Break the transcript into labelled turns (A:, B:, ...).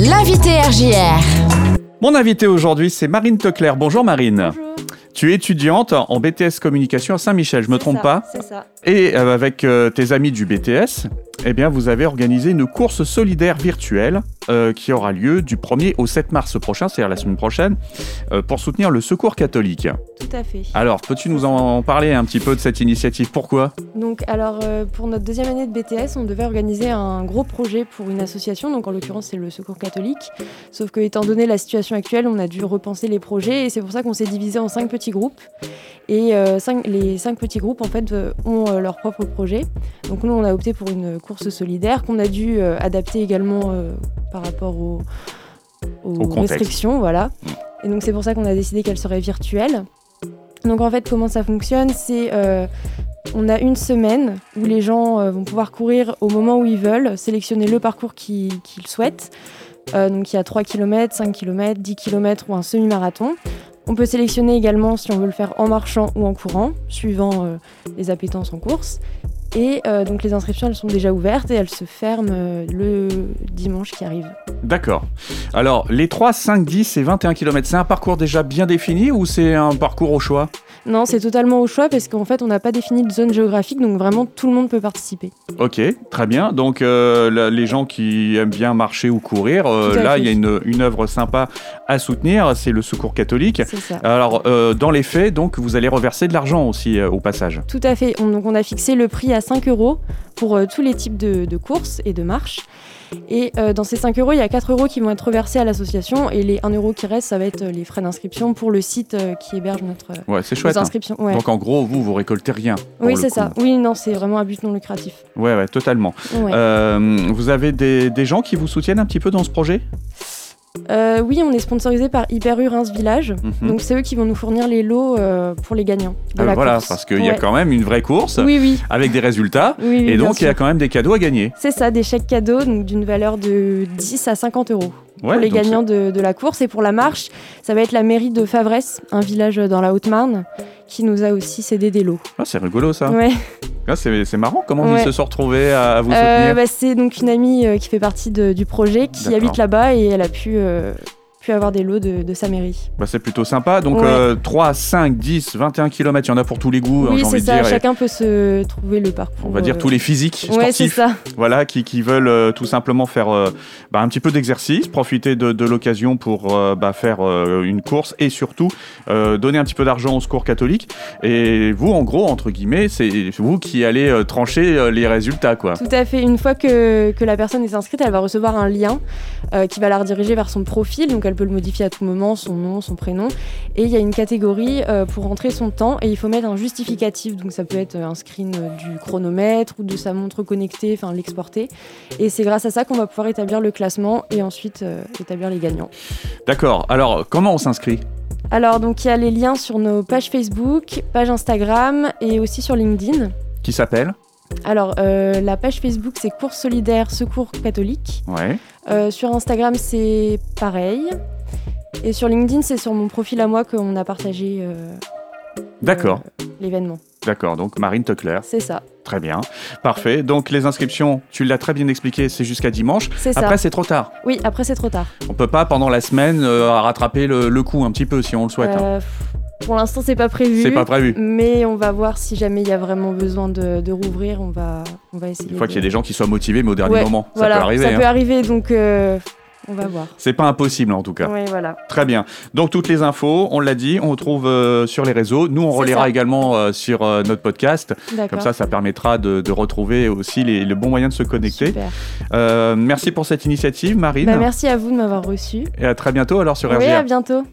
A: L'invité RJR.
B: Mon invité aujourd'hui, c'est Marine Teclerc. Bonjour Marine. Tu es étudiante en BTS Communication à Saint-Michel, je me trompe pas
C: C'est ça.
B: Et euh, avec euh, tes amis du BTS, eh bien, vous avez organisé une course solidaire virtuelle euh, qui aura lieu du 1er au 7 mars prochain, c'est-à-dire la semaine prochaine, euh, pour soutenir le Secours catholique.
C: Tout à fait.
B: Alors, peux-tu nous en parler un petit peu de cette initiative Pourquoi
C: Donc, alors, euh, pour notre deuxième année de BTS, on devait organiser un gros projet pour une association. Donc, en l'occurrence, c'est le Secours catholique. Sauf que, étant donné la situation actuelle, on a dû repenser les projets et c'est pour ça qu'on s'est divisé en cinq petits groupes. Et euh, cinq- les cinq petits groupes, en fait, euh, ont euh, leur propre projet. Donc, nous, on a opté pour une course solidaire qu'on a dû euh, adapter également euh, par rapport aux, aux
B: Au contexte. Mm.
C: restrictions. Voilà. Et donc, c'est pour ça qu'on a décidé qu'elle serait virtuelle. Donc, en fait, comment ça fonctionne C'est. euh, on a une semaine où les gens euh, vont pouvoir courir au moment où ils veulent, sélectionner le parcours qui- qu'ils souhaitent. Euh, donc il y a 3 km, 5 km, 10 km ou un semi-marathon. On peut sélectionner également si on veut le faire en marchant ou en courant, suivant euh, les appétences en course. Et euh, donc les inscriptions, elles sont déjà ouvertes et elles se ferment euh, le dimanche qui arrive.
B: D'accord. Alors, les 3, 5, 10 et 21 km, c'est un parcours déjà bien défini ou c'est un parcours au choix
C: Non, c'est totalement au choix parce qu'en fait, on n'a pas défini de zone géographique, donc vraiment tout le monde peut participer.
B: Ok, très bien. Donc euh, la- les gens qui aiment bien marcher ou courir, euh,
C: Tout à
B: là
C: fait.
B: il y a une, une œuvre sympa à soutenir, c'est le Secours catholique.
C: C'est ça.
B: Alors euh, dans les faits, donc vous allez reverser de l'argent aussi euh, au passage.
C: Tout à fait. On, donc on a fixé le prix à 5 euros pour euh, tous les types de, de courses et de marches. Et euh, dans ces 5 euros, il y a 4 euros qui vont être reversés à l'association et les 1 euro qui reste, ça va être euh, les frais d'inscription pour le site euh, qui héberge notre euh,
B: Ouais, c'est chouette.
C: nos
B: hein.
C: inscriptions. Ouais.
B: Donc en gros, vous vous récoltez rien. pour
C: oui,
B: le
C: c'est
B: coup.
C: ça. Oui, non, c'est vraiment à but non lucratif.
B: Ouais, ouais, totalement.
C: Ouais.
B: Euh, vous avez des, des gens qui vous soutiennent un petit peu dans ce projet
C: Euh, oui, on est sponsorisé par Hyper Urins Village.
B: Mhm.
C: Donc c'est eux qui vont nous fournir les lots euh, pour les gagnants. de
B: Ah,
C: la
B: Voilà,
C: course.
B: parce qu'il y a
C: Ouais.
B: quand même une vraie course
C: Oui, oui.
B: avec des résultats.
C: oui, oui,
B: Et
C: bien
B: donc il y a
C: sûr.
B: quand même des cadeaux à gagner.
C: C'est ça, des chèques cadeaux donc d'une valeur de 10 à 50 euros.
B: Ouais,
C: pour les
B: donc c'est-
C: gagnants de, de la course. Et pour la marche, ça va être la mairie de Favresse, un village dans la Haute-Marne, qui nous a aussi cédé des lots.
B: Ah, c'est rigolo ça.
C: Ouais.
B: Ah, c'est c'est marrant comment ils
C: Ouais.
B: se sont retrouvés à, à vous soutenir.
C: Euh, bah, c'est donc une amie euh, qui fait partie de- du projet, qui
B: D'accord.
C: habite là-bas et elle a pu, euh, pu avoir des lots de, de sa mairie.
B: Bah, c'est plutôt sympa. Donc
C: Ouais.
B: euh, 3, 5, 10, 21 km, il y en a pour tous les goûts, hein,
C: oui,
B: j'ai envie
C: c'est
B: de
C: ça,
B: dire. et
C: chacun peut se trouver le parcours.
B: On va dire
C: euh,
B: tous les physiques
C: Ouais, c'est
B: sportifs
C: ça.
B: voilà, qui, qui veulent euh, tout simplement faire euh, bah, un petit peu d'exercice, profiter de, de l'occasion pour euh, bah, faire euh, une course et surtout euh, donner un petit peu d'argent au secours catholique. Et vous, en gros, entre guillemets, c'est vous qui allez euh, trancher euh, les résultats. quoi.
C: Tout à fait. Une fois que, que la personne est inscrite, elle va recevoir un lien euh, qui va la rediriger vers son profil. Donc elle peut le modifier à tout moment, son nom, son prénom. Et il y a une catégorie euh, pour rentrer son temps et il faut mettre un justificatif. Donc ça peut être un screen euh, du chronomètre ou de sa montre connectée, enfin l'exporter. Et c'est grâce à ça qu'on va pouvoir établir le classement et ensuite euh, établir les gagnants.
B: D'accord. Alors, comment on s'inscrit
C: Alors donc il y a les liens sur nos pages Facebook, page Instagram et aussi sur LinkedIn.
B: Qui s'appelle
C: Alors euh, la page Facebook c'est Cours Solidaire Secours Catholique.
B: Ouais.
C: Euh, sur Instagram, c'est pareil. Et sur LinkedIn, c'est sur mon profil à moi qu'on a partagé euh,
B: D'accord.
C: euh, l'événement.
B: D'accord. Donc, Marine Tuckler.
C: C'est ça,
B: Très bien, parfait. Donc les inscriptions, tu l'as très bien expliqué, c'est jusqu'à dimanche.
C: c'est ça.
B: Après, c'est trop tard.
C: oui, après, c'est trop tard.
B: On peut pas pendant la semaine euh, rattraper le, le coup un petit peu si on le souhaite. hein.
C: Euh, pff, pour l'instant, c'est pas prévu.
B: C'est pas prévu.
C: mais on va voir si jamais il y a vraiment besoin de, de rouvrir, on va, on va essayer.
B: Une fois
C: de-
B: qu'il y a des gens qui soient motivés, mais au dernier
C: Ouais,
B: moment,
C: voilà,
B: ça peut arriver.
C: Ça
B: hein.
C: peut arriver, donc euh, on va voir.
B: C'est pas impossible en tout cas.
C: Oui, voilà.
B: Très bien. Donc toutes les infos, on l'a dit, on retrouve euh, sur les réseaux. Nous, on
C: C'est
B: relaiera
C: ça.
B: également euh, sur euh, notre podcast. Comme
C: D'accord.
B: ça, ça permettra de, de retrouver aussi les, le bon moyen de se connecter.
C: Super.
B: Euh, merci pour cette initiative, Marine.
C: Bah, merci à vous de m'avoir reçu.
B: Et à très bientôt alors sur
C: Oui,
B: RGR.
C: à bientôt.